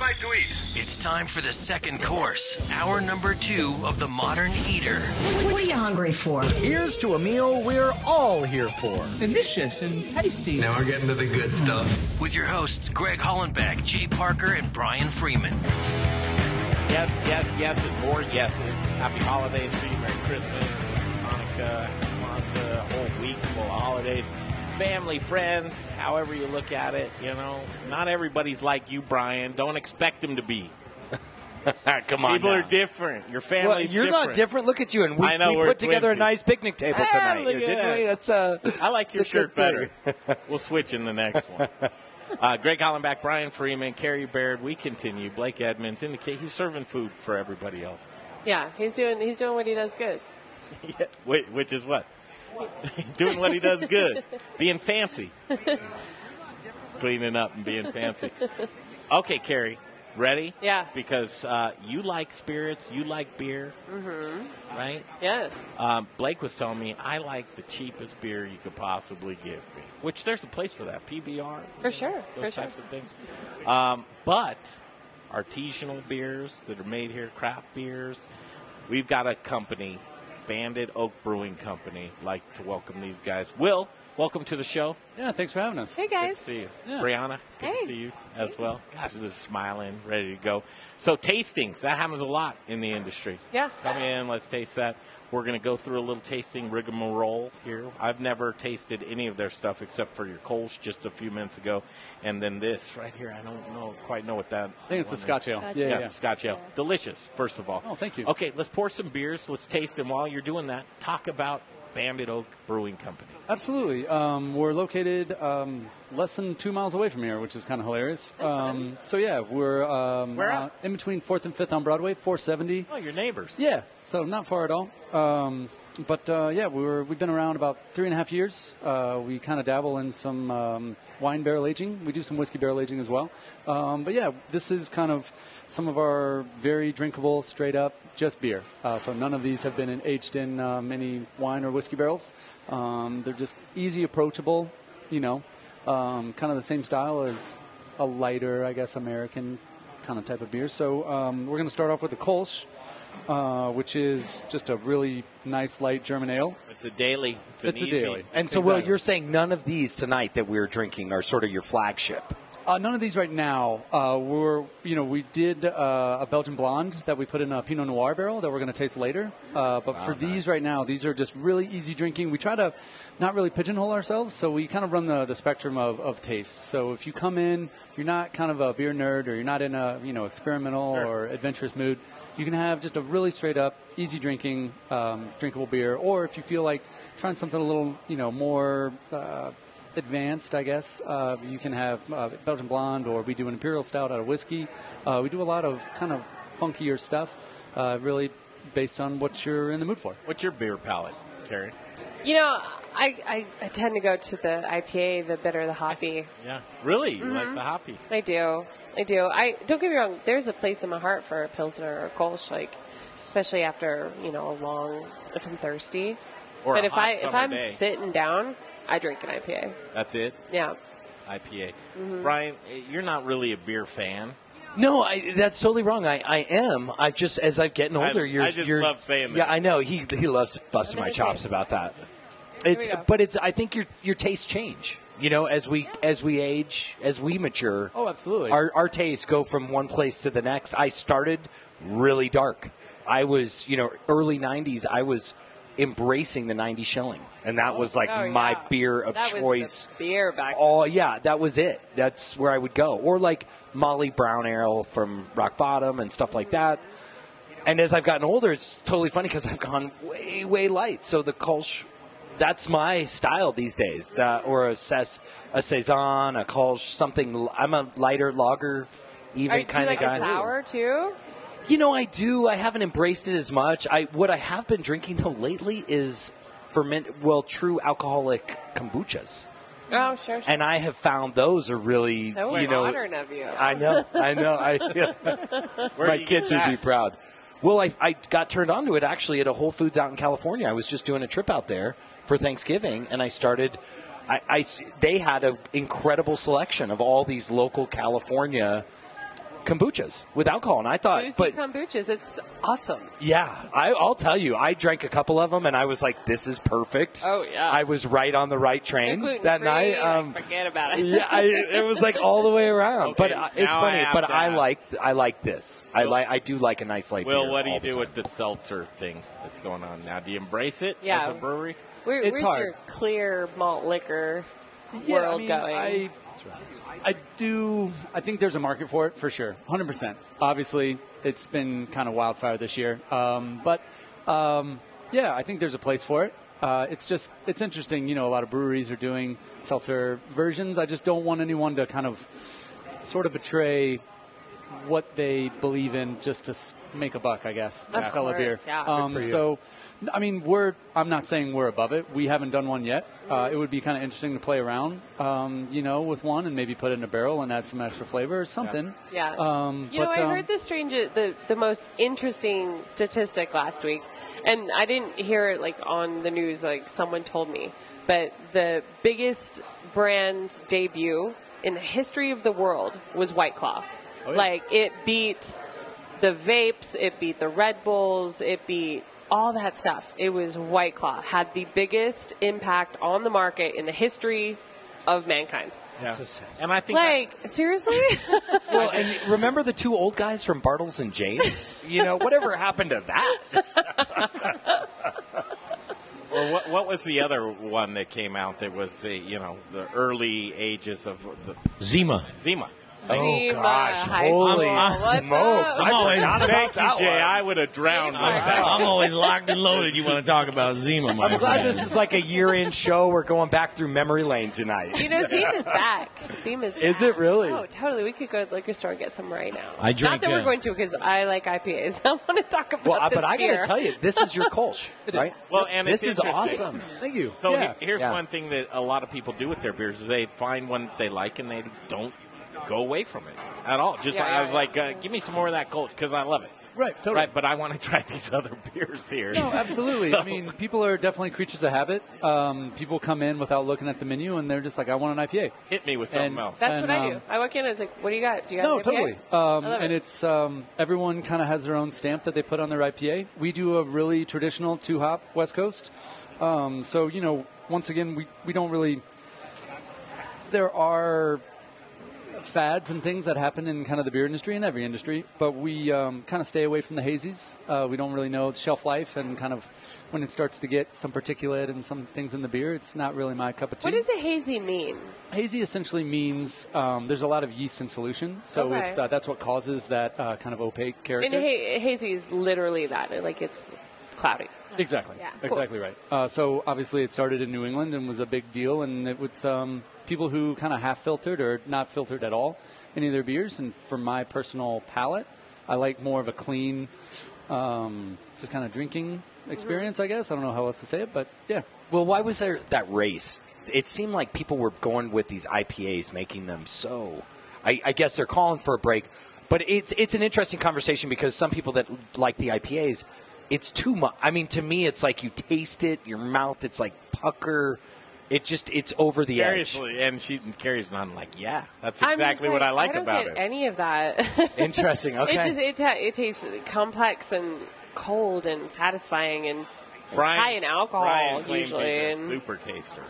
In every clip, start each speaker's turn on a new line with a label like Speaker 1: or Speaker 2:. Speaker 1: like to eat?
Speaker 2: It's time for the second course, hour number two of The Modern Eater.
Speaker 3: What are you hungry for?
Speaker 4: Here's to a meal we're all here for.
Speaker 5: Delicious and tasty.
Speaker 6: Now we're getting to the good stuff.
Speaker 2: With your hosts, Greg Hollenbeck, Jay Parker, and Brian Freeman.
Speaker 7: Yes, yes, yes, and more yeses. Happy holidays to you. Merry Christmas, Hanukkah, Kwanzaa, whole week full of holidays. Family, friends, however you look at it, you know, not everybody's like you, Brian. Don't expect them to be.
Speaker 8: Come on.
Speaker 7: People
Speaker 8: now.
Speaker 7: are different. Your family's
Speaker 8: Well, you're
Speaker 7: different.
Speaker 8: not different. Look at you, and we,
Speaker 7: I know,
Speaker 8: we
Speaker 7: we're
Speaker 8: put together a
Speaker 7: twinsies.
Speaker 8: nice picnic table
Speaker 7: Ah,
Speaker 8: tonight,
Speaker 7: look
Speaker 8: here,
Speaker 7: at
Speaker 8: didn't
Speaker 7: that.
Speaker 8: we? That's uh,
Speaker 7: I
Speaker 8: it's
Speaker 7: like your
Speaker 8: a
Speaker 7: shirt
Speaker 8: good
Speaker 7: better.
Speaker 8: thing.
Speaker 7: we'll switch in the next one. Uh, Greg Hollenbach, Brian Freeman, Carrie Baird. We continue. Blake Edmonds indicate he's serving food for everybody else.
Speaker 9: Yeah, he's doing he's doing what he does good.
Speaker 7: Wait, which is what? Doing what he does good, being fancy, cleaning up and being fancy. Okay, Carrie, ready?
Speaker 9: Yeah.
Speaker 7: Because uh, you like spirits, you like beer, mm-hmm. right?
Speaker 9: Yeah.
Speaker 7: Um, Blake was telling me I like the cheapest beer you could possibly give me, which there's a place for that PBR.
Speaker 9: For sure,
Speaker 7: Those
Speaker 9: for sure.
Speaker 7: types of things. Um, but artisanal beers that are made here, craft beers. We've got a company, Banded Oak Brewing Company, like to welcome these guys. Will, welcome to the show.
Speaker 5: Yeah, thanks for having us.
Speaker 9: Hey
Speaker 7: Good to
Speaker 9: guys.
Speaker 7: see you.
Speaker 5: Yeah.
Speaker 7: Brianna, good to
Speaker 9: Hey.
Speaker 7: see you as well. Gosh, they're smiling, ready to go. So tastings, that happens a lot in the industry.
Speaker 9: Yeah.
Speaker 7: Come in, let's taste that. We're going to go through a little tasting rigmarole here. I've never tasted any of their stuff except for your Kolsch just a few minutes ago. And then this right here, I don't know quite know what that
Speaker 5: I think it's the Scotch ale.
Speaker 9: Scotch
Speaker 5: Yeah,
Speaker 7: yeah,
Speaker 5: yeah.
Speaker 7: the Scotch ale. Delicious, first of all.
Speaker 5: Oh, thank you.
Speaker 7: Okay, let's pour some beers. Let's taste them. While you're doing that, talk about Bandit Oak Brewing Company.
Speaker 5: Absolutely. Um, we're located um, less than two miles away from here, which is kind of hilarious. Um, so yeah, we're um,
Speaker 7: Where
Speaker 5: uh,
Speaker 7: at?
Speaker 5: in between Fourth and Fifth on Broadway, 470.
Speaker 7: Oh, your neighbors.
Speaker 5: Yeah, so not far at all. Um, but uh, yeah, we were, we've been around about three and a half years. Uh, we kind of dabble in some um, wine barrel aging. We do some whiskey barrel aging as well. Um, but yeah, this is kind of some of our very drinkable, straight up, just beer. Uh, so none of these have been in- aged in um, any wine or whiskey barrels. Um, they're just easy, approachable, you know, um, kind of the same style as a lighter, I guess, American kind of type of beer. So um, we're going to start off with the Kolsch uh, which is just a really nice light German ale.
Speaker 7: It's a daily. It's, an
Speaker 5: It's a
Speaker 7: easy-
Speaker 5: daily.
Speaker 8: And so, Will,
Speaker 5: Exactly.
Speaker 8: you're saying none of these tonight that we're drinking are sort of your flagship.
Speaker 5: Uh, none of these right now. Uh, we're, you know, we did uh, a Belgian blonde that we put in a Pinot Noir barrel that we're going to taste later. Uh, but for these right now, these are just really easy drinking. We try to not really pigeonhole ourselves, so we kind of run the, the spectrum of, of taste. So if you come in, you're not kind of a beer nerd or you're not in a, you know, experimental or adventurous mood, you can have just a really straight up, easy drinking, um, drinkable beer. Or if you feel like trying something a little, you know, more. Uh, advanced, I guess. Uh, you can have uh, Belgian blonde, or we do an imperial stout out of whiskey. Uh, we do a lot of kind of funkier stuff, uh, really based on what you're in the mood for.
Speaker 7: What's your beer palate, Karen?
Speaker 9: You know, I, I, I tend to go to the IPA, the bitter, the hoppy.
Speaker 7: Yeah. Really? You
Speaker 1: Mm-hmm.
Speaker 7: like the hoppy?
Speaker 9: I do. I do. I don't get me wrong, there's a place in my heart for a Pilsner or a Kolsch, like especially after, you know, a long if I'm thirsty.
Speaker 7: Or
Speaker 9: but
Speaker 7: a
Speaker 9: if
Speaker 7: hot
Speaker 9: I if
Speaker 7: summer
Speaker 9: I'm
Speaker 7: day.
Speaker 9: sitting down, I drink an IPA.
Speaker 7: That's it?
Speaker 9: Yeah.
Speaker 7: IPA.
Speaker 9: Mm-hmm.
Speaker 7: Brian, eh, you're not really a beer fan.
Speaker 8: No, I, that's totally wrong. I, I am. I just as I've getting
Speaker 7: I-
Speaker 8: older, you're.
Speaker 7: I just
Speaker 8: you're-
Speaker 7: love saying
Speaker 8: Yeah,
Speaker 7: that.
Speaker 8: I know. He he loves busting
Speaker 9: Well,
Speaker 8: my
Speaker 9: that
Speaker 8: chops
Speaker 9: is-
Speaker 8: about that. It's
Speaker 9: we go.
Speaker 8: but it's. I think your your tastes change. You know, as we as we age, as we mature.
Speaker 5: Oh, absolutely.
Speaker 8: Our our tastes go from one place to the next. I started really dark. I was you know early '90s. I was embracing the '90s shelling, and that was like
Speaker 9: Oh,
Speaker 8: my
Speaker 9: yeah.
Speaker 8: beer of
Speaker 9: That was the
Speaker 8: choice.
Speaker 9: beer back
Speaker 8: Oh yeah, that was it. That's where I would go. Or like Molly Brown Ale from Rock Bottom and stuff like that. And as I've gotten older, it's totally funny because I've gone way, way light. So the Kolsch, that's my style these days. That, or a, ses, a Saison, a Kolsch, something. l- I'm a lighter lager
Speaker 9: Are,
Speaker 8: even
Speaker 9: do you
Speaker 8: kind of
Speaker 9: like
Speaker 8: guy.
Speaker 9: a sour too?
Speaker 8: You know, I do. I haven't embraced it as much. I What I have been drinking, though, lately is ferment, well, true alcoholic kombuchas
Speaker 9: Oh, sure, sure.
Speaker 8: and I have found those are really
Speaker 9: So
Speaker 8: you know
Speaker 9: modern of you.
Speaker 8: I know, I know. I,
Speaker 7: Where
Speaker 8: my
Speaker 7: do you
Speaker 8: kids
Speaker 7: get
Speaker 8: would be
Speaker 7: that?
Speaker 8: proud. Well, I, I got turned on to it actually at a Whole Foods out in California. I was just doing a trip out there for Thanksgiving, and I started. I, I- they had an incredible selection of all these local California kombuchas with alcohol, and I thought,
Speaker 9: Boozy
Speaker 8: but
Speaker 9: kombuchas. It's awesome.
Speaker 8: yeah, I, I'll tell you, I drank a couple of them, and I was like, this is perfect.
Speaker 9: Oh, yeah.
Speaker 8: I was right on the right
Speaker 9: They're
Speaker 8: train that
Speaker 9: gluten-free,
Speaker 8: night.
Speaker 9: like,
Speaker 8: Um,
Speaker 9: forget about it.
Speaker 8: yeah, I, it was like all the way around. but uh, it's
Speaker 7: now I
Speaker 8: funny.
Speaker 7: have
Speaker 8: but
Speaker 7: to
Speaker 8: I
Speaker 7: ask.
Speaker 8: like I like this. I like I do like a nice light
Speaker 7: Will,
Speaker 8: beer
Speaker 7: what do
Speaker 8: all
Speaker 7: you
Speaker 8: the
Speaker 7: do
Speaker 8: time.
Speaker 7: with the seltzer thing that's going on now? Do you embrace it
Speaker 9: Yeah.
Speaker 7: as a brewery?
Speaker 9: Where,
Speaker 5: It's
Speaker 9: where's
Speaker 5: hard.
Speaker 9: your clear malt liquor
Speaker 5: Yeah,
Speaker 9: world
Speaker 5: I mean,
Speaker 9: going?
Speaker 5: I, I do. I think there's a market for it for sure, 100. percent Obviously, it's been kind of wildfire this year, um, but um, yeah, I think there's a place for it. Uh, it's just it's interesting. You know, a lot of breweries are doing seltzer versions. I just don't want anyone to kind of sort of betray what they believe in just to s- make a buck, I guess, and
Speaker 9: Of
Speaker 5: sell a beer.
Speaker 9: course, yeah. Good
Speaker 5: Um, so, n- I mean, we're, I'm not saying we're above it. We haven't done one yet. Uh, it would be kind of interesting to play around, um, you know, with one and maybe put it in a barrel and add some extra flavor or something.
Speaker 9: Yeah.
Speaker 5: Um,
Speaker 9: you know,
Speaker 5: but,
Speaker 9: I
Speaker 5: um,
Speaker 9: heard the strange, the the most interesting statistic last week, and I didn't hear it like on the news. Like someone told me, but the biggest brand debut in the history of the world was White Claw.
Speaker 5: Oh,
Speaker 9: Like it beat the vapes, it beat the Red Bulls, it beat all that stuff. It was White Claw had the biggest impact on the market in the history of mankind.
Speaker 7: And I think
Speaker 9: Like seriously.
Speaker 8: Well, and remember the two old guys from Bartles and James? You know, whatever happened to that?
Speaker 7: Well, what, what was the other one that came out that was, uh, you know, the early ages of the
Speaker 1: Zima.
Speaker 7: Zima?
Speaker 9: Zima
Speaker 8: uh,
Speaker 9: High
Speaker 8: holy
Speaker 9: School. Oh, What's up?
Speaker 8: smokes. I
Speaker 1: I'm always-
Speaker 8: forgot about
Speaker 7: Thank you,
Speaker 8: that
Speaker 7: Jay.
Speaker 8: one.
Speaker 7: I would have drowned.
Speaker 9: Zima.
Speaker 7: myself.
Speaker 1: I'm always locked and loaded. You want to talk about Zima, my
Speaker 8: I'm glad
Speaker 1: friend.
Speaker 8: this is like a year-in show. We're going back through memory lane tonight.
Speaker 9: You know, Zima's back. Zima's back.
Speaker 8: Is it really?
Speaker 9: Oh, totally. We could go to the liquor store and get some right now.
Speaker 1: I
Speaker 9: Not
Speaker 1: drank,
Speaker 9: that we're
Speaker 1: uh,
Speaker 9: going to because I like IPAs. I want to talk about
Speaker 8: well, I-
Speaker 9: this
Speaker 8: but I got
Speaker 9: beer.
Speaker 8: to tell you, this is your Kolsch, right?
Speaker 7: Well, and
Speaker 8: this is
Speaker 7: it's interesting.
Speaker 8: awesome.
Speaker 5: Thank you.
Speaker 7: So
Speaker 5: yeah.
Speaker 7: he- here's
Speaker 8: Yeah.
Speaker 7: one thing that a lot of people do with their beers is they find one that they like and they don't go away from it at all. Just like,
Speaker 9: Yeah, yeah,
Speaker 7: I was
Speaker 9: yeah.
Speaker 7: like, uh, give me some more of that Colt because I love it.
Speaker 5: Right, totally.
Speaker 7: Right, but I want to try these other beers here.
Speaker 5: No, absolutely. I mean, people are definitely creatures of habit. Um, people come in without looking at the menu and they're just like, I want an IPA.
Speaker 7: Hit me with something
Speaker 5: And-
Speaker 7: else.
Speaker 9: That's
Speaker 5: And,
Speaker 9: what I do.
Speaker 5: um,
Speaker 9: I walk in and it's like, what do you got? Do you have
Speaker 5: No,
Speaker 9: an IPA?
Speaker 5: totally.
Speaker 9: I love
Speaker 5: Um, and
Speaker 9: it.
Speaker 5: it's um, everyone kind of has their own stamp that they put on their IPA. We do a really traditional two hop West Coast. Um, so you know, once again, we we don't really. There are fads and things that happen in kind of the beer industry and every industry, but we um, kind of stay away from the hazies. Uh, we don't really know its shelf life and kind of when it starts to get some particulate and some things in the beer. It's not really my cup of tea.
Speaker 9: What does a hazy mean?
Speaker 5: Hazy essentially means um, there's a lot of yeast in solution, so
Speaker 9: Okay.
Speaker 5: it's uh, that's what causes that uh, kind of opaque
Speaker 9: And
Speaker 5: character.
Speaker 9: ha- hazy is literally that. Like, it's cloudy.
Speaker 5: exactly,
Speaker 9: Yeah. Cool.
Speaker 5: exactly right. Uh, so obviously, it started in New England and was a big deal, and it was um, people who kind of half filtered or not filtered at all any of their beers. And for my personal palate, I like more of a clean, um, just kind of drinking
Speaker 9: Mm-hmm.
Speaker 5: experience. I guess I don't know how else to say it, but yeah,
Speaker 8: Well, why was there that race? It seemed like people were going with these IPAs, making them so. I, I guess they're calling for a break, but it's it's an interesting conversation because some people that like the IPAs, it's too much. I mean, to me, it's like you taste it, your mouth, it's like pucker. It just it's over the edge.
Speaker 7: Seriously, and she carries on like, yeah, that's
Speaker 9: I'm just
Speaker 7: exactly what I like
Speaker 9: I don't
Speaker 7: about
Speaker 9: get
Speaker 7: it.
Speaker 9: Any of that.
Speaker 8: Interesting. Okay.
Speaker 9: It just it, ta- it tastes complex and cold and satisfying and it's
Speaker 7: Brian,
Speaker 9: high in alcohol
Speaker 7: Brian claims
Speaker 9: usually.
Speaker 7: he's a
Speaker 9: and-
Speaker 7: super taster.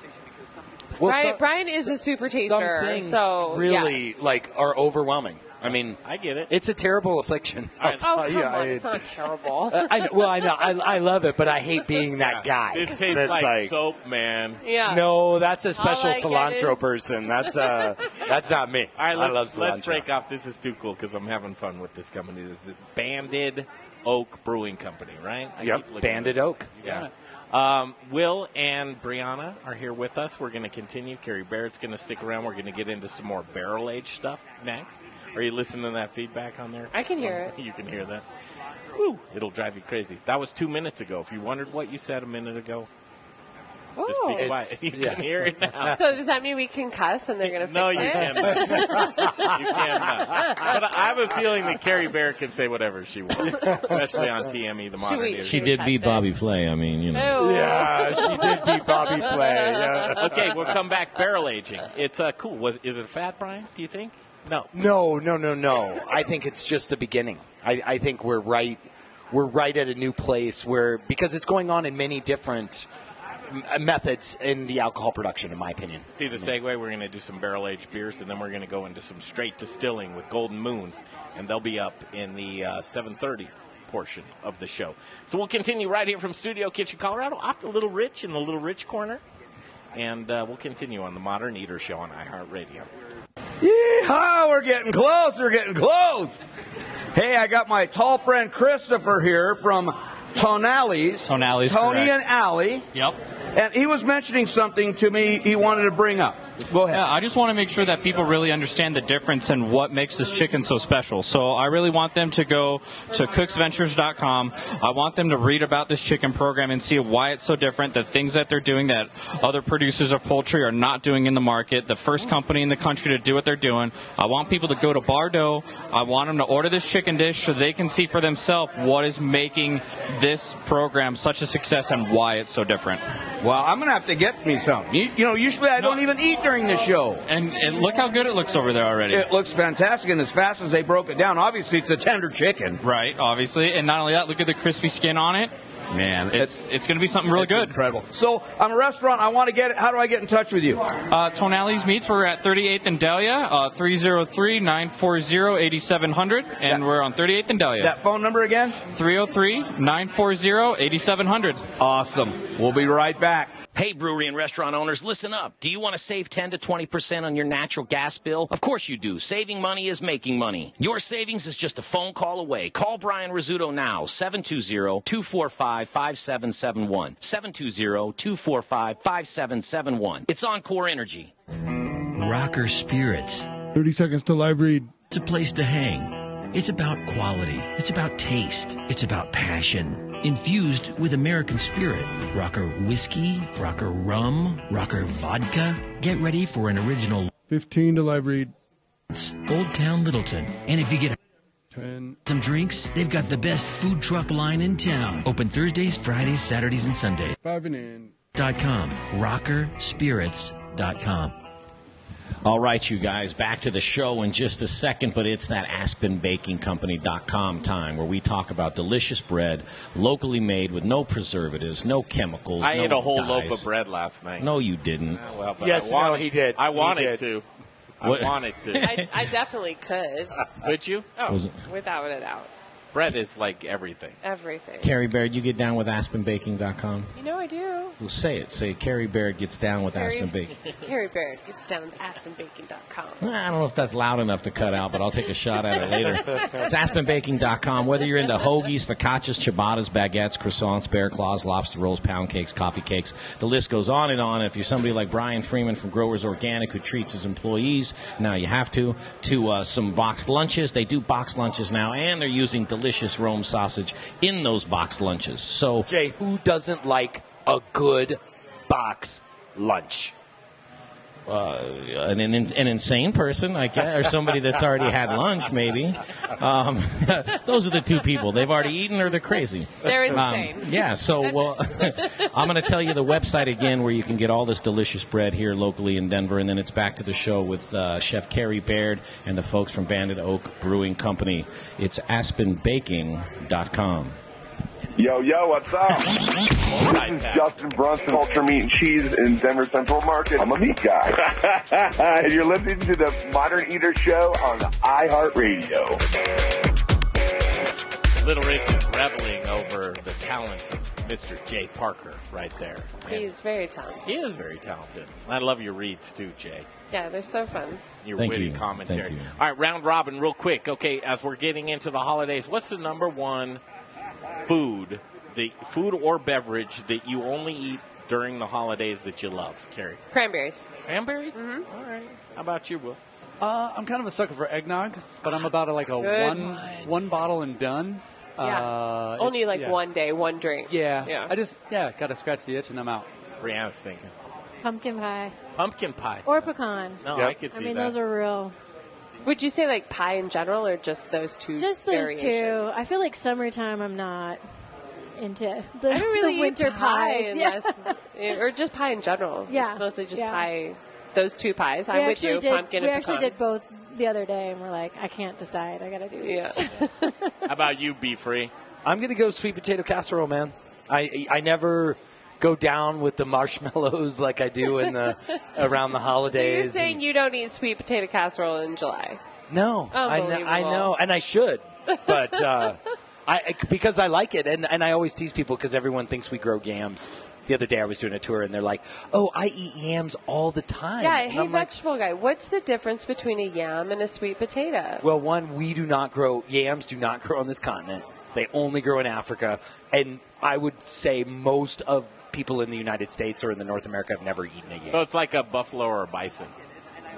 Speaker 8: Well,
Speaker 9: Brian,
Speaker 8: so-
Speaker 9: Brian is a super taster,
Speaker 8: Some things
Speaker 9: so
Speaker 8: really
Speaker 9: yes.
Speaker 8: like are overwhelming. I mean,
Speaker 7: I get it.
Speaker 8: it's a terrible affliction.
Speaker 7: I-
Speaker 9: Oh,
Speaker 8: I'll
Speaker 9: come
Speaker 8: tell you,
Speaker 9: on,
Speaker 8: I-
Speaker 9: it's not terrible.
Speaker 8: I know, well, I know, I, I love it, but I hate being that guy.
Speaker 7: This tastes
Speaker 8: that's
Speaker 7: like, soap, man.
Speaker 9: yeah.
Speaker 8: No, that's a special
Speaker 9: like it
Speaker 8: cilantro
Speaker 9: is-
Speaker 8: person. That's uh, that's not me.
Speaker 7: All right,
Speaker 8: I
Speaker 7: let's,
Speaker 8: love cilantro.
Speaker 7: let's break off. This is too cool because I'm having fun with this company. This is Banded Oak Brewing Company, right? I keep looking
Speaker 8: Yep,
Speaker 7: at
Speaker 8: banded
Speaker 7: it.
Speaker 8: oak.
Speaker 7: Yeah. Um, Will and Brianna are here with us. We're going to continue. Carrie Barrett's going to stick around. We're going to get into some more barrel age stuff next. Are you listening to that feedback on there? Um,
Speaker 9: I can hear it.
Speaker 7: You can hear that. Woo, it'll drive you crazy. That was two minutes ago. If you wondered what you said a minute ago, just
Speaker 9: Oh.
Speaker 7: be quiet. You
Speaker 5: yeah.
Speaker 7: can hear it now.
Speaker 9: So does that mean we can cuss and they're going to
Speaker 7: No,
Speaker 9: fix
Speaker 7: you
Speaker 9: it?
Speaker 7: can. not you cannot. But I have a feeling that Carrie Bear can say whatever she wants, especially on TME, the modern
Speaker 9: we-
Speaker 7: era.
Speaker 1: She did beat Bobby Flay. I mean, you know.
Speaker 9: Oh.
Speaker 8: Yeah, she did beat Bobby Flay. Yeah.
Speaker 7: Okay, we'll come back. Barrel aging. It's uh, cool. Was, is it a fad, Brian? Do you think? No.
Speaker 8: No, no, no, no. I think it's just the beginning. I, I think we're right. We're right at a new place where because it's going on in many different m- methods in the alcohol production, in my opinion.
Speaker 7: See the segue? We're going to do some barrel aged beers, and then we're going to go into some straight distilling with Golden Moon, and they'll be up in the uh, 7:30 portion of the show. So we'll continue right here from Studio Kitchen, Colorado, off the Little Rich in the Little Rich corner, and uh, we'll continue on the Modern Eater Show on iHeartRadio.
Speaker 10: Yeehaw, we're getting close, we're getting close. Hey, I got my tall friend Christopher here from Tonali's.
Speaker 5: Tonali's,
Speaker 10: Tony
Speaker 5: correct.
Speaker 10: and Allie.
Speaker 5: Yep.
Speaker 10: And he was mentioning something to me he wanted to bring up. Go ahead.
Speaker 5: Yeah, I just want to make sure that people really understand the difference and what makes this chicken so special. So I really want them to go to cooksventures.com. I want them to read about this chicken program and see why it's so different, the things that they're doing that other producers of poultry are not doing in the market, the first company in the country to do what they're doing. I want people to go to Bardo. I want them to order this chicken dish so they can see for themselves what is making this program such a success and why it's so different.
Speaker 10: Well, I'm going to have to get me some. You, you know, usually I don't even eat during the show.
Speaker 5: And, and look how good it looks over there already.
Speaker 10: It looks fantastic, and as fast as they broke it down, obviously it's a tender chicken.
Speaker 5: Right, obviously. And not only that, look at the crispy skin on it.
Speaker 10: Man,
Speaker 5: it's it's, going to be something really good.
Speaker 10: Incredible. So I'm a restaurant. I want to get it. How do I get in touch with you?
Speaker 5: Uh, Tonali's Meats, we're at 38th and uh, Delia, 303 940 8700. And we're on 38th and oh Delia.
Speaker 10: That phone number again?
Speaker 5: 303 940 8700.
Speaker 10: Awesome. We'll be right back.
Speaker 11: Hey, brewery and restaurant owners, listen up. Do you want to save 10 to 20% on your natural gas bill? Of course you do. Saving money is making money. Your savings is just a phone call away. Call Brian Rizzuto now, 720-245-5771. 720-245-5771. It's Encore Energy.
Speaker 12: Rocker Spirits. 30 Seconds to Live Read. It's a place to hang. It's about quality. It's about taste. It's about passion. Infused with American spirit. Rocker whiskey, rocker rum, rocker vodka. Get ready for an original.
Speaker 13: 15 to live read.
Speaker 12: Old Town Littleton. And if you get
Speaker 13: 10.
Speaker 12: some drinks, they've got the best food truck line in town. Open Thursdays, Fridays, Saturdays, and Sundays.
Speaker 13: 5 and in.
Speaker 12: Dot com. Rockerspirits.com.
Speaker 14: All right, you guys, back to the show in just a second, but it's that AspenBakingCompany.com time where we talk about delicious bread, locally made with no preservatives, no chemicals.
Speaker 7: I
Speaker 14: no
Speaker 7: ate a whole
Speaker 14: dyes.
Speaker 7: loaf of bread last night.
Speaker 14: No, you didn't.
Speaker 7: Oh, Well, but
Speaker 8: Yes,
Speaker 7: I wanted,
Speaker 8: no, he did.
Speaker 7: I
Speaker 8: He
Speaker 7: wanted
Speaker 8: did.
Speaker 7: to.
Speaker 14: What-
Speaker 7: I wanted to.
Speaker 9: I, I definitely could.
Speaker 7: Would you?
Speaker 9: Oh,
Speaker 14: Was it-
Speaker 9: without a doubt.
Speaker 7: Bread is like everything.
Speaker 9: Everything.
Speaker 14: Carrie Baird, you get down with AspenBaking.com.
Speaker 9: You know I do.
Speaker 14: Well, say it. Say Carrie Baird gets down with
Speaker 9: Carrie-
Speaker 14: Aspen Baking.
Speaker 9: Carrie Baird gets down to AstonBaking.com.
Speaker 14: I don't know if that's loud enough to cut out, but I'll take a shot at it later. It's aspenbaking.com. Whether you're into hoagies, focaccias, ciabattas, baguettes, croissants, bear claws, lobster rolls, pound cakes, coffee cakes, the list goes on and on. If you're somebody like Brian Freeman from Growers Organic who treats his employees, now you have to, to uh, some boxed lunches. They do boxed lunches now, and they're using delicious Rome sausage in those boxed lunches. So
Speaker 8: Jay, who doesn't like a good box lunch?
Speaker 14: uh, an, an, an insane person, I guess, or somebody that's already had lunch, maybe. Um, those are the two people. They've already eaten or they're crazy.
Speaker 9: They're
Speaker 14: Um,
Speaker 9: insane.
Speaker 14: yeah, so, well, I'm going to tell you the website again where you can get all this delicious bread here locally in Denver, and then it's back to the show with uh, Chef Kerry Baird and the folks from Banded Oak Brewing Company. It's aspenbaking.com.
Speaker 15: Yo, yo, what's up? this is Justin Brunson, Culture Meat and Cheese in Denver Central Market. I'm a meat guy. and you're listening to the Modern Eater Show on iHeartRadio.
Speaker 7: Little Rich is reveling over the talents of Mr. Jay Parker right there. And
Speaker 9: He's very talented.
Speaker 7: He is very talented. I love your reads too, Jay.
Speaker 9: Yeah, they're so fun.
Speaker 7: Your
Speaker 14: Thank
Speaker 7: witty
Speaker 14: you.
Speaker 7: commentary.
Speaker 14: Thank you.
Speaker 7: All right, round robin, real quick. Okay, as we're getting into the holidays, what's the number one food, the food or beverage that you only eat during the holidays that you love, Carrie?
Speaker 9: Cranberries.
Speaker 7: Cranberries? All right. How about you, Will?
Speaker 16: Uh, I'm kind of a sucker for eggnog, but I'm about a, like a
Speaker 9: Good
Speaker 16: one one bottle and done.
Speaker 9: Yeah.
Speaker 16: Uh,
Speaker 9: Only
Speaker 16: it-
Speaker 9: like
Speaker 16: yeah.
Speaker 9: one day, one drink.
Speaker 16: Yeah.
Speaker 9: Yeah.
Speaker 16: I just yeah gotta scratch the itch and I'm out.
Speaker 7: Brianna's thinking
Speaker 17: Pumpkin pie
Speaker 7: pumpkin pie.
Speaker 17: or pecan.
Speaker 7: No, I could see
Speaker 17: I mean,
Speaker 7: that.
Speaker 17: those are real.
Speaker 9: Would you say like pie in general or just those two?
Speaker 17: Just those two.
Speaker 9: variations?
Speaker 17: I feel like summertime. I'm not into the,
Speaker 9: I don't really
Speaker 17: the
Speaker 9: eat
Speaker 17: winter
Speaker 9: pie
Speaker 17: pies. Yeah.
Speaker 9: unless, or just pie in general.
Speaker 17: Yeah.
Speaker 9: It's mostly just
Speaker 17: Yeah.
Speaker 9: pie. Those two pies.
Speaker 17: we
Speaker 9: I would
Speaker 17: actually
Speaker 9: do
Speaker 17: did,
Speaker 9: pumpkin
Speaker 17: We
Speaker 9: and
Speaker 17: actually
Speaker 9: pecan.
Speaker 17: did both the other day and we're like, I can't decide. I got to do each.
Speaker 7: How about you, Be Free?
Speaker 8: I'm going to go sweet potato casserole, man. I I never go down with the marshmallows like I do in the around the
Speaker 9: So you're
Speaker 8: holidays.
Speaker 9: saying you don't eat sweet potato casserole in July?
Speaker 8: no, I, kn- I know, and I should, but uh, I I- because I like it, and and I always tease people because everyone thinks we grow yams. The other day I was doing a tour, and they're like, "Oh, I eat yams all the time."
Speaker 9: Yeah,
Speaker 8: And
Speaker 9: hey,
Speaker 8: I'm like,
Speaker 9: vegetable guy, what's the difference between a yam and a sweet potato?
Speaker 8: Well, one, we do not grow yams. Do not grow on this continent. They only grow in Africa, and I would say most of people in the United States or in the North America have never eaten a yam.
Speaker 7: So it's like a buffalo or a bison.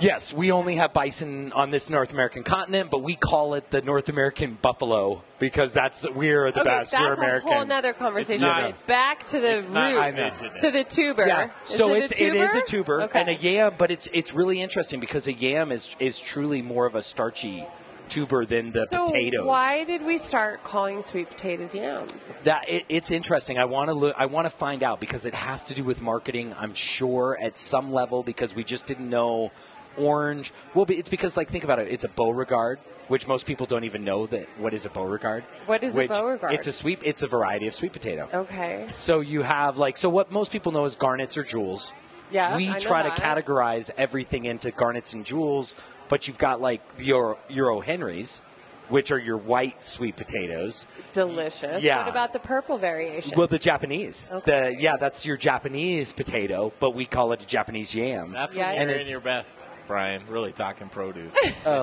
Speaker 8: Yes, we only have bison on this North American continent, but we call it the North American buffalo because that's we're the
Speaker 9: okay,
Speaker 8: best.
Speaker 9: that's
Speaker 8: we're
Speaker 9: a
Speaker 8: American.
Speaker 9: whole other conversation.
Speaker 8: not-
Speaker 9: but back to the root,
Speaker 8: not indigenous.
Speaker 9: to the tuber.
Speaker 8: Yeah.
Speaker 9: Is
Speaker 8: So
Speaker 9: it
Speaker 8: it's
Speaker 9: a
Speaker 8: it
Speaker 9: tuber?
Speaker 8: is a tuber
Speaker 9: Okay.
Speaker 8: and a yam, but it's it's really interesting because a yam is is truly more of a starchy tuber than the
Speaker 9: so
Speaker 8: potatoes.
Speaker 9: why did we start calling sweet potatoes yams?
Speaker 8: That it, it's interesting. I want to look. I want to find out because it has to do with marketing. I'm sure at some level because we just didn't know orange. Well, but it's because like think about it. It's a Beauregard, which most people don't even know that what is a Beauregard.
Speaker 9: What is a
Speaker 8: Which-
Speaker 9: Beauregard? Oh.
Speaker 8: It's a sweet. It's a variety of sweet potato.
Speaker 9: Okay.
Speaker 8: So you have like so what most people know is garnets or jewels.
Speaker 9: Yeah,
Speaker 8: We
Speaker 9: I know
Speaker 8: try to
Speaker 9: that.
Speaker 8: categorize everything into garnets and jewels, but you've got like your your O'Henrys, which are your white sweet potatoes.
Speaker 9: Delicious.
Speaker 8: Yeah.
Speaker 9: What about the purple variation?
Speaker 8: Well, the Japanese. The yeah, that's your Japanese potato, but we call it a Japanese yam.
Speaker 7: That's
Speaker 9: Yeah,
Speaker 7: when
Speaker 9: I-
Speaker 7: you're in
Speaker 8: it's-
Speaker 7: your best, Brian. Really talking produce.
Speaker 9: Oh.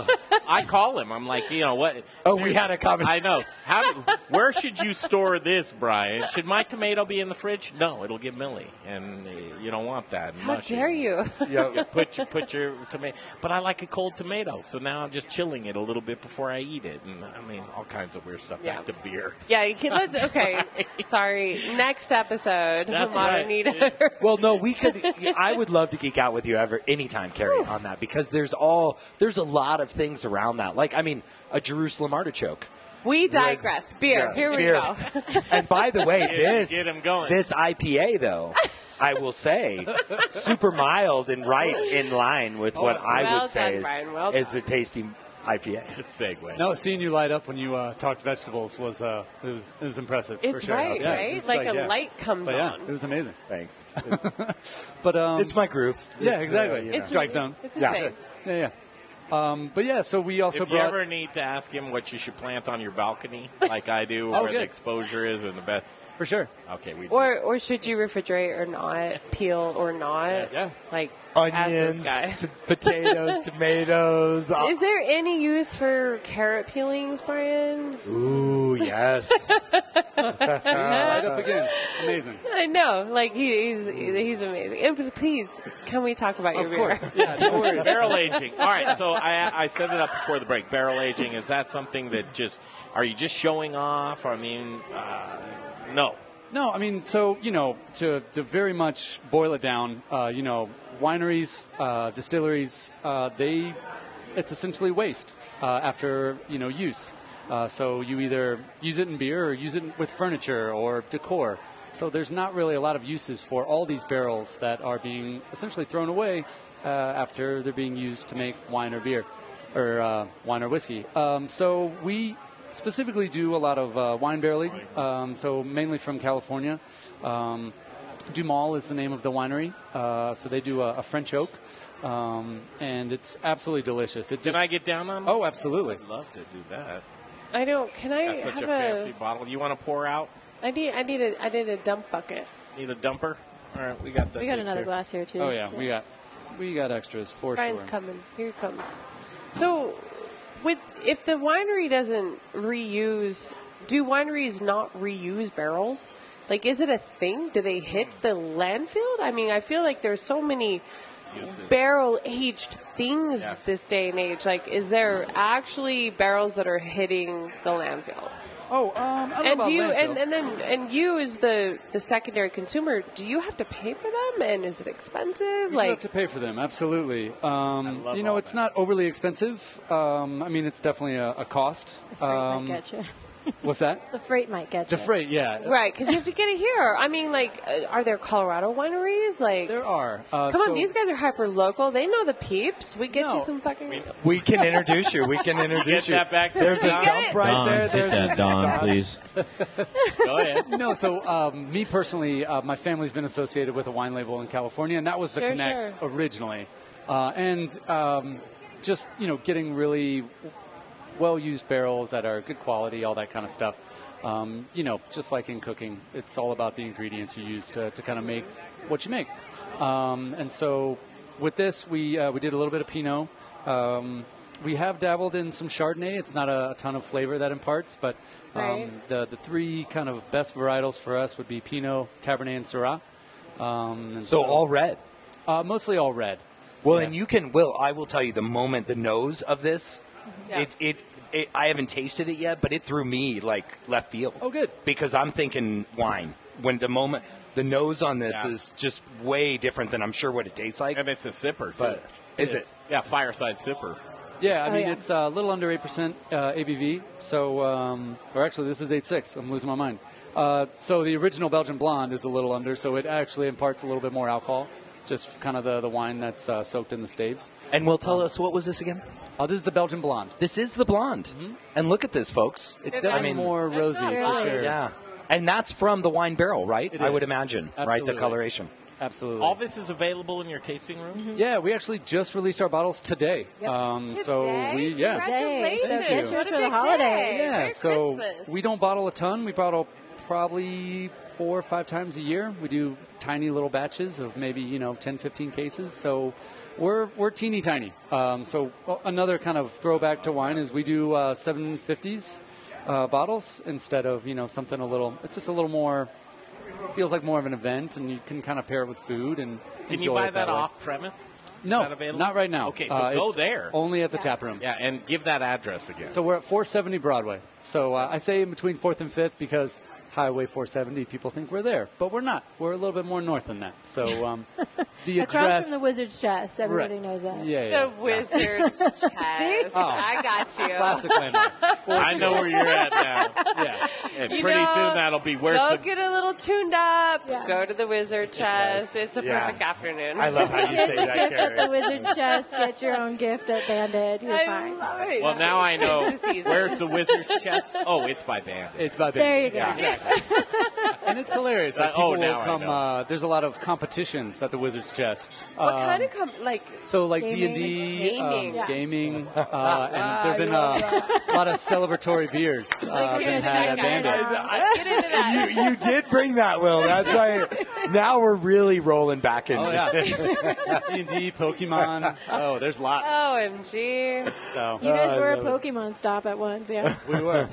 Speaker 7: I call him. I'm like, you know what?
Speaker 8: Oh, we had a comment.
Speaker 7: I know. How? Where should you store this, Brian? Should my tomato be in the fridge? No, it'll get milly, and uh, you don't want that.
Speaker 9: How dare you?
Speaker 7: Yeah, put your put your tomato. But I like a cold tomato, so now I'm just chilling it a little bit before I eat it, and I mean all kinds of weird stuff.
Speaker 9: Yeah.
Speaker 7: Back to beer.
Speaker 9: Yeah, you can, let's, okay. Sorry. Next episode,
Speaker 8: That's
Speaker 9: Modern
Speaker 8: right.
Speaker 9: Eater.
Speaker 8: well, no, we could. I would love to geek out with you ever anytime, Carrie, on that because there's all there's a lot of things around that. Like, I mean, a Jerusalem artichoke.
Speaker 9: We digress. Beer.
Speaker 8: yeah,
Speaker 9: Here we
Speaker 8: beer.
Speaker 9: go.
Speaker 8: And by the way,
Speaker 7: Get-
Speaker 8: this
Speaker 7: get 'em going.
Speaker 8: this IPA though, I will say, super mild and right in line with what
Speaker 5: Oh,
Speaker 8: I
Speaker 5: well
Speaker 8: would say
Speaker 5: done, Brian. Well
Speaker 8: is a tasty IPA.
Speaker 7: segue.
Speaker 5: No, seeing you light up when you uh, talked vegetables was uh, it was it was impressive.
Speaker 9: It's
Speaker 5: for sure.
Speaker 9: right,
Speaker 5: Yeah,
Speaker 9: right?
Speaker 5: it's
Speaker 9: Like a light comes
Speaker 5: But yeah,
Speaker 9: on.
Speaker 5: It was amazing.
Speaker 8: Thanks.
Speaker 5: but um,
Speaker 8: It's my groove.
Speaker 5: Yeah,
Speaker 8: It's, uh,
Speaker 5: exactly.
Speaker 8: you know. It's-
Speaker 5: strike zone.
Speaker 8: it's his Yeah. thing.
Speaker 5: Yeah, yeah. Um, but yeah, so we also
Speaker 7: if you
Speaker 5: brought.
Speaker 7: ever need to ask him what you should plant on your balcony, like I do,
Speaker 5: Oh,
Speaker 7: where the
Speaker 5: good.
Speaker 7: exposure is and the best.
Speaker 5: For sure.
Speaker 7: Okay, we.
Speaker 9: Or, or should you refrigerate or not? Peel or not? Yeah. Like, ask this guy.
Speaker 8: Onions, t- potatoes, tomatoes.
Speaker 9: Is there any use for carrot peelings, Brian?
Speaker 8: Ooh, yes.
Speaker 5: light up again. Amazing.
Speaker 9: I know, like he, he's he's amazing. And please, can we talk about your
Speaker 7: Of
Speaker 9: beer?
Speaker 7: course. Yeah, barrel aging. All right, so I, I set it up before the break. Barrel aging is that something that just are you just showing off? I mean, uh, no.
Speaker 5: No, I mean, so you know, to, to very much boil it down, uh, you know, wineries, uh, distilleries, uh, they it's essentially waste uh, after you know use. Uh, so you either use it in beer or use it in- with furniture or decor. So there's not really a lot of uses for all these barrels that are being essentially thrown away uh, after they're being used to make wine or beer or uh, wine or whiskey. Um, so we specifically do a lot of uh, wine barreling, um, so mainly from California. Um, Dumal is the name of the winery, uh, so they do a, a French oak, um, and it's absolutely delicious. It
Speaker 7: Can
Speaker 5: just
Speaker 7: I get down on?
Speaker 5: Oh, absolutely.
Speaker 7: I'd love to do that.
Speaker 9: I don't. Can I
Speaker 7: That's
Speaker 9: have
Speaker 7: such a
Speaker 9: a?
Speaker 7: fancy bottle. You want to pour out?
Speaker 9: I need. I need a. I need a dump bucket.
Speaker 7: Need a dumper? All right, we got that.
Speaker 17: We got
Speaker 7: taken
Speaker 17: another
Speaker 7: care of.
Speaker 17: glass here too.
Speaker 5: Oh yeah, we got we got extras for
Speaker 9: Brian's
Speaker 5: sure.
Speaker 9: coming. Here he comes. So, with if the winery doesn't reuse, do wineries not reuse barrels? Like, is it a thing? Do they hit the landfill? I mean, I feel like there's so many barrel aged things
Speaker 7: Yeah.
Speaker 9: this day and age. Like, is there actually barrels that are hitting the landfill?
Speaker 5: Oh, um, I don't know
Speaker 9: and
Speaker 5: about
Speaker 9: do you
Speaker 5: landfill.
Speaker 9: and, and then and you as the the secondary consumer, do you have to pay for them? And is it expensive?
Speaker 5: You do
Speaker 9: like,
Speaker 5: have to pay for them, absolutely. Um, you know, it's not overly expensive. Um, I mean, it's definitely a, a cost.
Speaker 17: Frank might
Speaker 5: Um,
Speaker 17: get you.
Speaker 5: What's that?
Speaker 17: The freight might get
Speaker 5: The
Speaker 17: you.
Speaker 5: freight, yeah.
Speaker 9: Right, because you have to get it here. I mean, like, uh, are there Colorado wineries? Like, there
Speaker 5: are. Uh,
Speaker 9: Come
Speaker 5: so-
Speaker 9: on, these guys are hyper local. They know the peeps. We get
Speaker 5: No.
Speaker 9: you some fucking.
Speaker 8: We can introduce you. We can introduce
Speaker 7: Get
Speaker 8: you.
Speaker 7: that back there,
Speaker 8: There's a
Speaker 7: Don.
Speaker 8: dump right
Speaker 1: Don,
Speaker 8: there.
Speaker 1: take
Speaker 8: There's
Speaker 1: that, Don, please.
Speaker 7: Go ahead.
Speaker 5: no, so um, me personally, uh, my family's been associated with a wine label in California, and that was the
Speaker 9: Sure,
Speaker 5: Connect
Speaker 9: sure.
Speaker 5: originally. Uh, and um, just, you know, getting really well used barrels that are good quality, all that kind of stuff. Um, you know, just like in cooking, it's all about the ingredients you use to, to kind of make what you make. Um, and so with this, we, uh, we did a little bit of Pinot. Um, we have dabbled in some Chardonnay. It's not a, a ton of flavor that imparts, but um,
Speaker 18: Right.
Speaker 5: the, the three kind of best varietals for us would be Pinot, Cabernet, and Syrah. Um, and
Speaker 8: So all red.
Speaker 5: Uh, mostly all red.
Speaker 8: Well, and you can. Will I will tell you the moment the nose of this.
Speaker 5: Yeah.
Speaker 8: It, it it I haven't tasted it yet, but it threw me like left field. Oh,
Speaker 5: good.
Speaker 8: Because I'm thinking wine when the moment the nose on this is just way different than I'm sure what it tastes like. And
Speaker 7: it's a sipper too.
Speaker 8: But is it?
Speaker 7: Yeah, fireside sipper.
Speaker 5: Yeah, I
Speaker 7: Oh,
Speaker 5: mean
Speaker 7: yeah.
Speaker 5: it's a little under eight percent uh, ABV. So, um, or actually, this is eight six. I'm losing my mind. Uh, so the original Belgian blonde is a little under, so it actually imparts a little bit more alcohol. Just kind of the, the wine that's uh, soaked in the staves.
Speaker 8: And will tell us what was this again?
Speaker 5: Oh, this is the Belgian blonde.
Speaker 8: This is the blonde. And look at this, folks.
Speaker 5: Mm-hmm. It's definitely more That's rosy, not for really- sure.
Speaker 8: Yeah, and that's from the wine barrel, right?
Speaker 5: It
Speaker 8: I would
Speaker 5: is.
Speaker 8: imagine, right?
Speaker 5: Absolutely.
Speaker 8: The coloration.
Speaker 5: Absolutely.
Speaker 7: All this is available in your tasting room.
Speaker 8: Mm-hmm.
Speaker 5: yeah, we actually just released our bottles today. Um, so we yeah.
Speaker 17: Congratulations.
Speaker 5: Thank you.
Speaker 17: Pictures for the
Speaker 9: big
Speaker 17: holidays.
Speaker 9: day.
Speaker 5: Yeah,
Speaker 9: Merry
Speaker 5: so
Speaker 9: Christmas.
Speaker 5: we don't bottle a ton. We bottle probably four or five times a year. We do tiny little batches of maybe, you know, 10, 15 cases. So we're, we're teeny tiny. Um, so uh, another kind of throwback to wine is we do uh, 750s uh, bottles instead of, you know, something a little, it's just a little more, feels like more of an event and you can kind of pair it with food and
Speaker 7: Can you
Speaker 5: enjoy
Speaker 7: buy
Speaker 5: it that,
Speaker 7: that,
Speaker 5: way.
Speaker 7: off premise?
Speaker 5: No,
Speaker 7: Not available?
Speaker 5: not right now.
Speaker 7: Okay, so
Speaker 5: Uh,
Speaker 7: go
Speaker 5: it's
Speaker 7: there.
Speaker 5: Only at the tap room.
Speaker 7: yeah, and give that address again.
Speaker 5: So we're at 470 Broadway. So uh, I say in between 4th and 5th because Highway 470, people think we're there, but we're not. We're a little bit more north than that. So um, the
Speaker 17: Across
Speaker 5: address.
Speaker 17: from the wizard's chest. Everybody
Speaker 5: Right.
Speaker 17: knows that.
Speaker 5: Yeah, yeah.
Speaker 9: The wizard's chest. I got you.
Speaker 5: Classic landmark.
Speaker 7: I know where you're at now.
Speaker 5: yeah.
Speaker 7: And
Speaker 9: You
Speaker 7: pretty
Speaker 9: know,
Speaker 7: soon that'll be worth
Speaker 9: Go
Speaker 7: the
Speaker 9: get a little tuned up. Go to the wizard chest. It's a
Speaker 7: Yeah.
Speaker 9: perfect afternoon.
Speaker 7: I love how you
Speaker 17: Get
Speaker 7: say
Speaker 17: the
Speaker 7: that,
Speaker 17: gift at the
Speaker 7: Carrie.
Speaker 17: wizard's chest. Get your own gift at Bandit. You're
Speaker 9: I
Speaker 17: fine.
Speaker 9: love it.
Speaker 7: Well, now I
Speaker 9: Tis
Speaker 7: know
Speaker 9: the season.
Speaker 7: where's the wizard's chest. Oh, it's by band.
Speaker 5: It's by
Speaker 17: There you go.
Speaker 5: and it's hilarious.
Speaker 7: Uh,
Speaker 5: Like,
Speaker 7: oh,
Speaker 5: people
Speaker 7: now
Speaker 5: will
Speaker 7: I
Speaker 5: come.
Speaker 7: know.
Speaker 5: Uh, there's a lot of competitions at the Wizard's Chest. Um,
Speaker 9: What
Speaker 7: Um,
Speaker 9: kind of com- like?
Speaker 5: So like D and D, um,
Speaker 9: Gaming.
Speaker 5: gaming, uh,
Speaker 17: Ah,
Speaker 5: and there've been uh, a lot of celebratory beers uh,
Speaker 9: get
Speaker 5: been
Speaker 9: into
Speaker 5: had
Speaker 9: that, guys.
Speaker 5: at Bandit.
Speaker 9: Let's get into that.
Speaker 8: you, you did bring that, Will. That's like now we're really rolling back in.
Speaker 5: Oh yeah, D and D, Pokemon. Oh, there's lots.
Speaker 9: OMG.
Speaker 7: Oh.
Speaker 5: So
Speaker 17: You
Speaker 7: Uh,
Speaker 17: guys were a Pokemon stop at once, yeah.
Speaker 5: We were.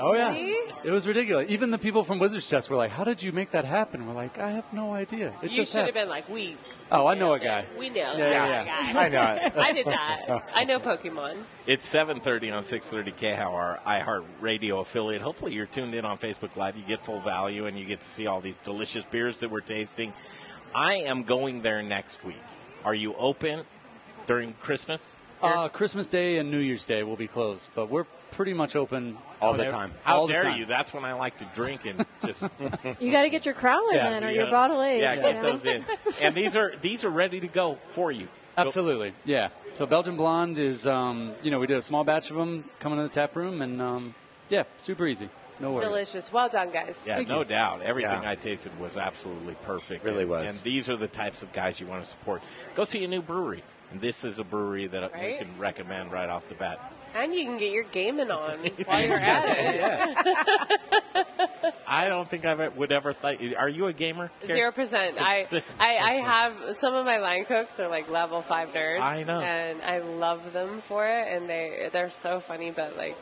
Speaker 5: oh yeah,
Speaker 17: really?
Speaker 5: it was ridiculous. Even the people from Wizards Chest were like, "How did you make that happen?" We're like, "I have no idea. It
Speaker 9: you
Speaker 5: just
Speaker 9: should have
Speaker 5: happened."
Speaker 9: been like we.
Speaker 5: oh, I know a guy.
Speaker 9: We know.
Speaker 5: Yeah, yeah,
Speaker 9: that
Speaker 5: yeah.
Speaker 9: guy.
Speaker 5: I know it.
Speaker 9: I did that. I know Pokemon.
Speaker 7: It's 7:30 on 6:30 KHOW, our iHeart Radio affiliate. Hopefully, you're tuned in on Facebook Live. You get full value, and you get to see all these delicious beers that we're tasting. I am going there next week. Are you open during Christmas?
Speaker 5: Uh, Christmas Day and New Year's Day will be closed, but we're pretty much open
Speaker 7: How
Speaker 5: all the
Speaker 7: dare-
Speaker 5: time.
Speaker 7: How
Speaker 5: all
Speaker 7: dare
Speaker 5: the time.
Speaker 7: you? That's when I like to drink and just.
Speaker 17: You got to get your crowler
Speaker 7: Yeah,
Speaker 17: then,
Speaker 7: you
Speaker 17: or your
Speaker 7: gotta-
Speaker 17: bottle age.
Speaker 7: Yeah,
Speaker 17: you
Speaker 7: get
Speaker 17: know?
Speaker 7: those in. And these are these are ready to go for you.
Speaker 5: Absolutely, yeah. So Belgian Blonde is, um, you know, we did a small batch of them coming to the tap room, and um, yeah, super easy. No worries.
Speaker 9: Delicious. Well done, guys.
Speaker 7: Yeah, no doubt. Everything I tasted was absolutely perfect. Really was. And these are the types of guys you want to support. Go see a new brewery. And this is a brewery that
Speaker 9: Right.
Speaker 7: we can recommend right off the bat.
Speaker 9: And you can get your gaming on while you're at it.
Speaker 7: I don't think I would ever. Th- are you a gamer? Karen?
Speaker 9: Zero percent. I, I I have some of my line cooks are like level five nerds.
Speaker 7: I know.
Speaker 9: and I love them for it, and they they're so funny. But like,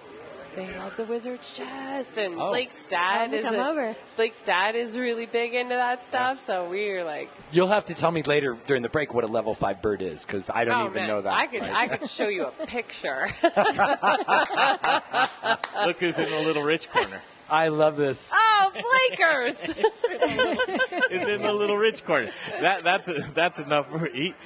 Speaker 9: they love the Wizard's Chest, and
Speaker 5: Oh.
Speaker 9: Blake's
Speaker 17: Time
Speaker 9: dad
Speaker 17: to
Speaker 9: is
Speaker 17: come
Speaker 9: a-
Speaker 17: over.
Speaker 9: Blake's dad is really big into that stuff. So we're like,
Speaker 8: You'll have to tell me later during the break what a level five bird is because I don't
Speaker 9: oh,
Speaker 8: even
Speaker 9: man,
Speaker 8: know that.
Speaker 9: I could I could show you a picture. oh,
Speaker 7: Look who's in the little rich corner.
Speaker 8: I love this.
Speaker 9: Blakers!
Speaker 7: It's in the little rich corner. That that's that's enough. For, he,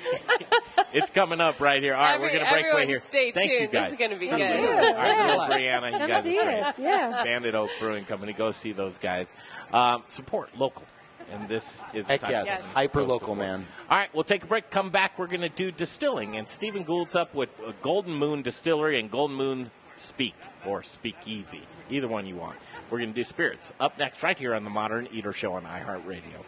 Speaker 7: It's coming up right here. All right, we're
Speaker 9: Every-
Speaker 7: going to break
Speaker 9: everyone
Speaker 7: right here.
Speaker 9: stay
Speaker 7: Thank you
Speaker 9: tuned. This
Speaker 7: guys.
Speaker 9: is gonna be
Speaker 7: Come
Speaker 9: good.
Speaker 7: see us. All right,
Speaker 9: Yeah.
Speaker 7: Will, Brianna, you
Speaker 9: Come
Speaker 7: guys
Speaker 9: see
Speaker 7: are great.
Speaker 9: us, yeah.
Speaker 7: Bandit Oak Brewing Company. Go see those guys. Um, support local. And this is
Speaker 8: Heck
Speaker 7: time
Speaker 8: yes.
Speaker 7: to
Speaker 8: Yes. Hyper
Speaker 7: go
Speaker 8: local,
Speaker 7: support.
Speaker 8: man.
Speaker 7: All right, we'll take a break. Come back. We're going to do distilling. And Stephen Gould's up with uh, Golden Moon Distillery and Golden Moon Speak or Speakeasy. Either one you want. We're going to do spirits. Up next, right here on the Modern Eater Show on iHeartRadio.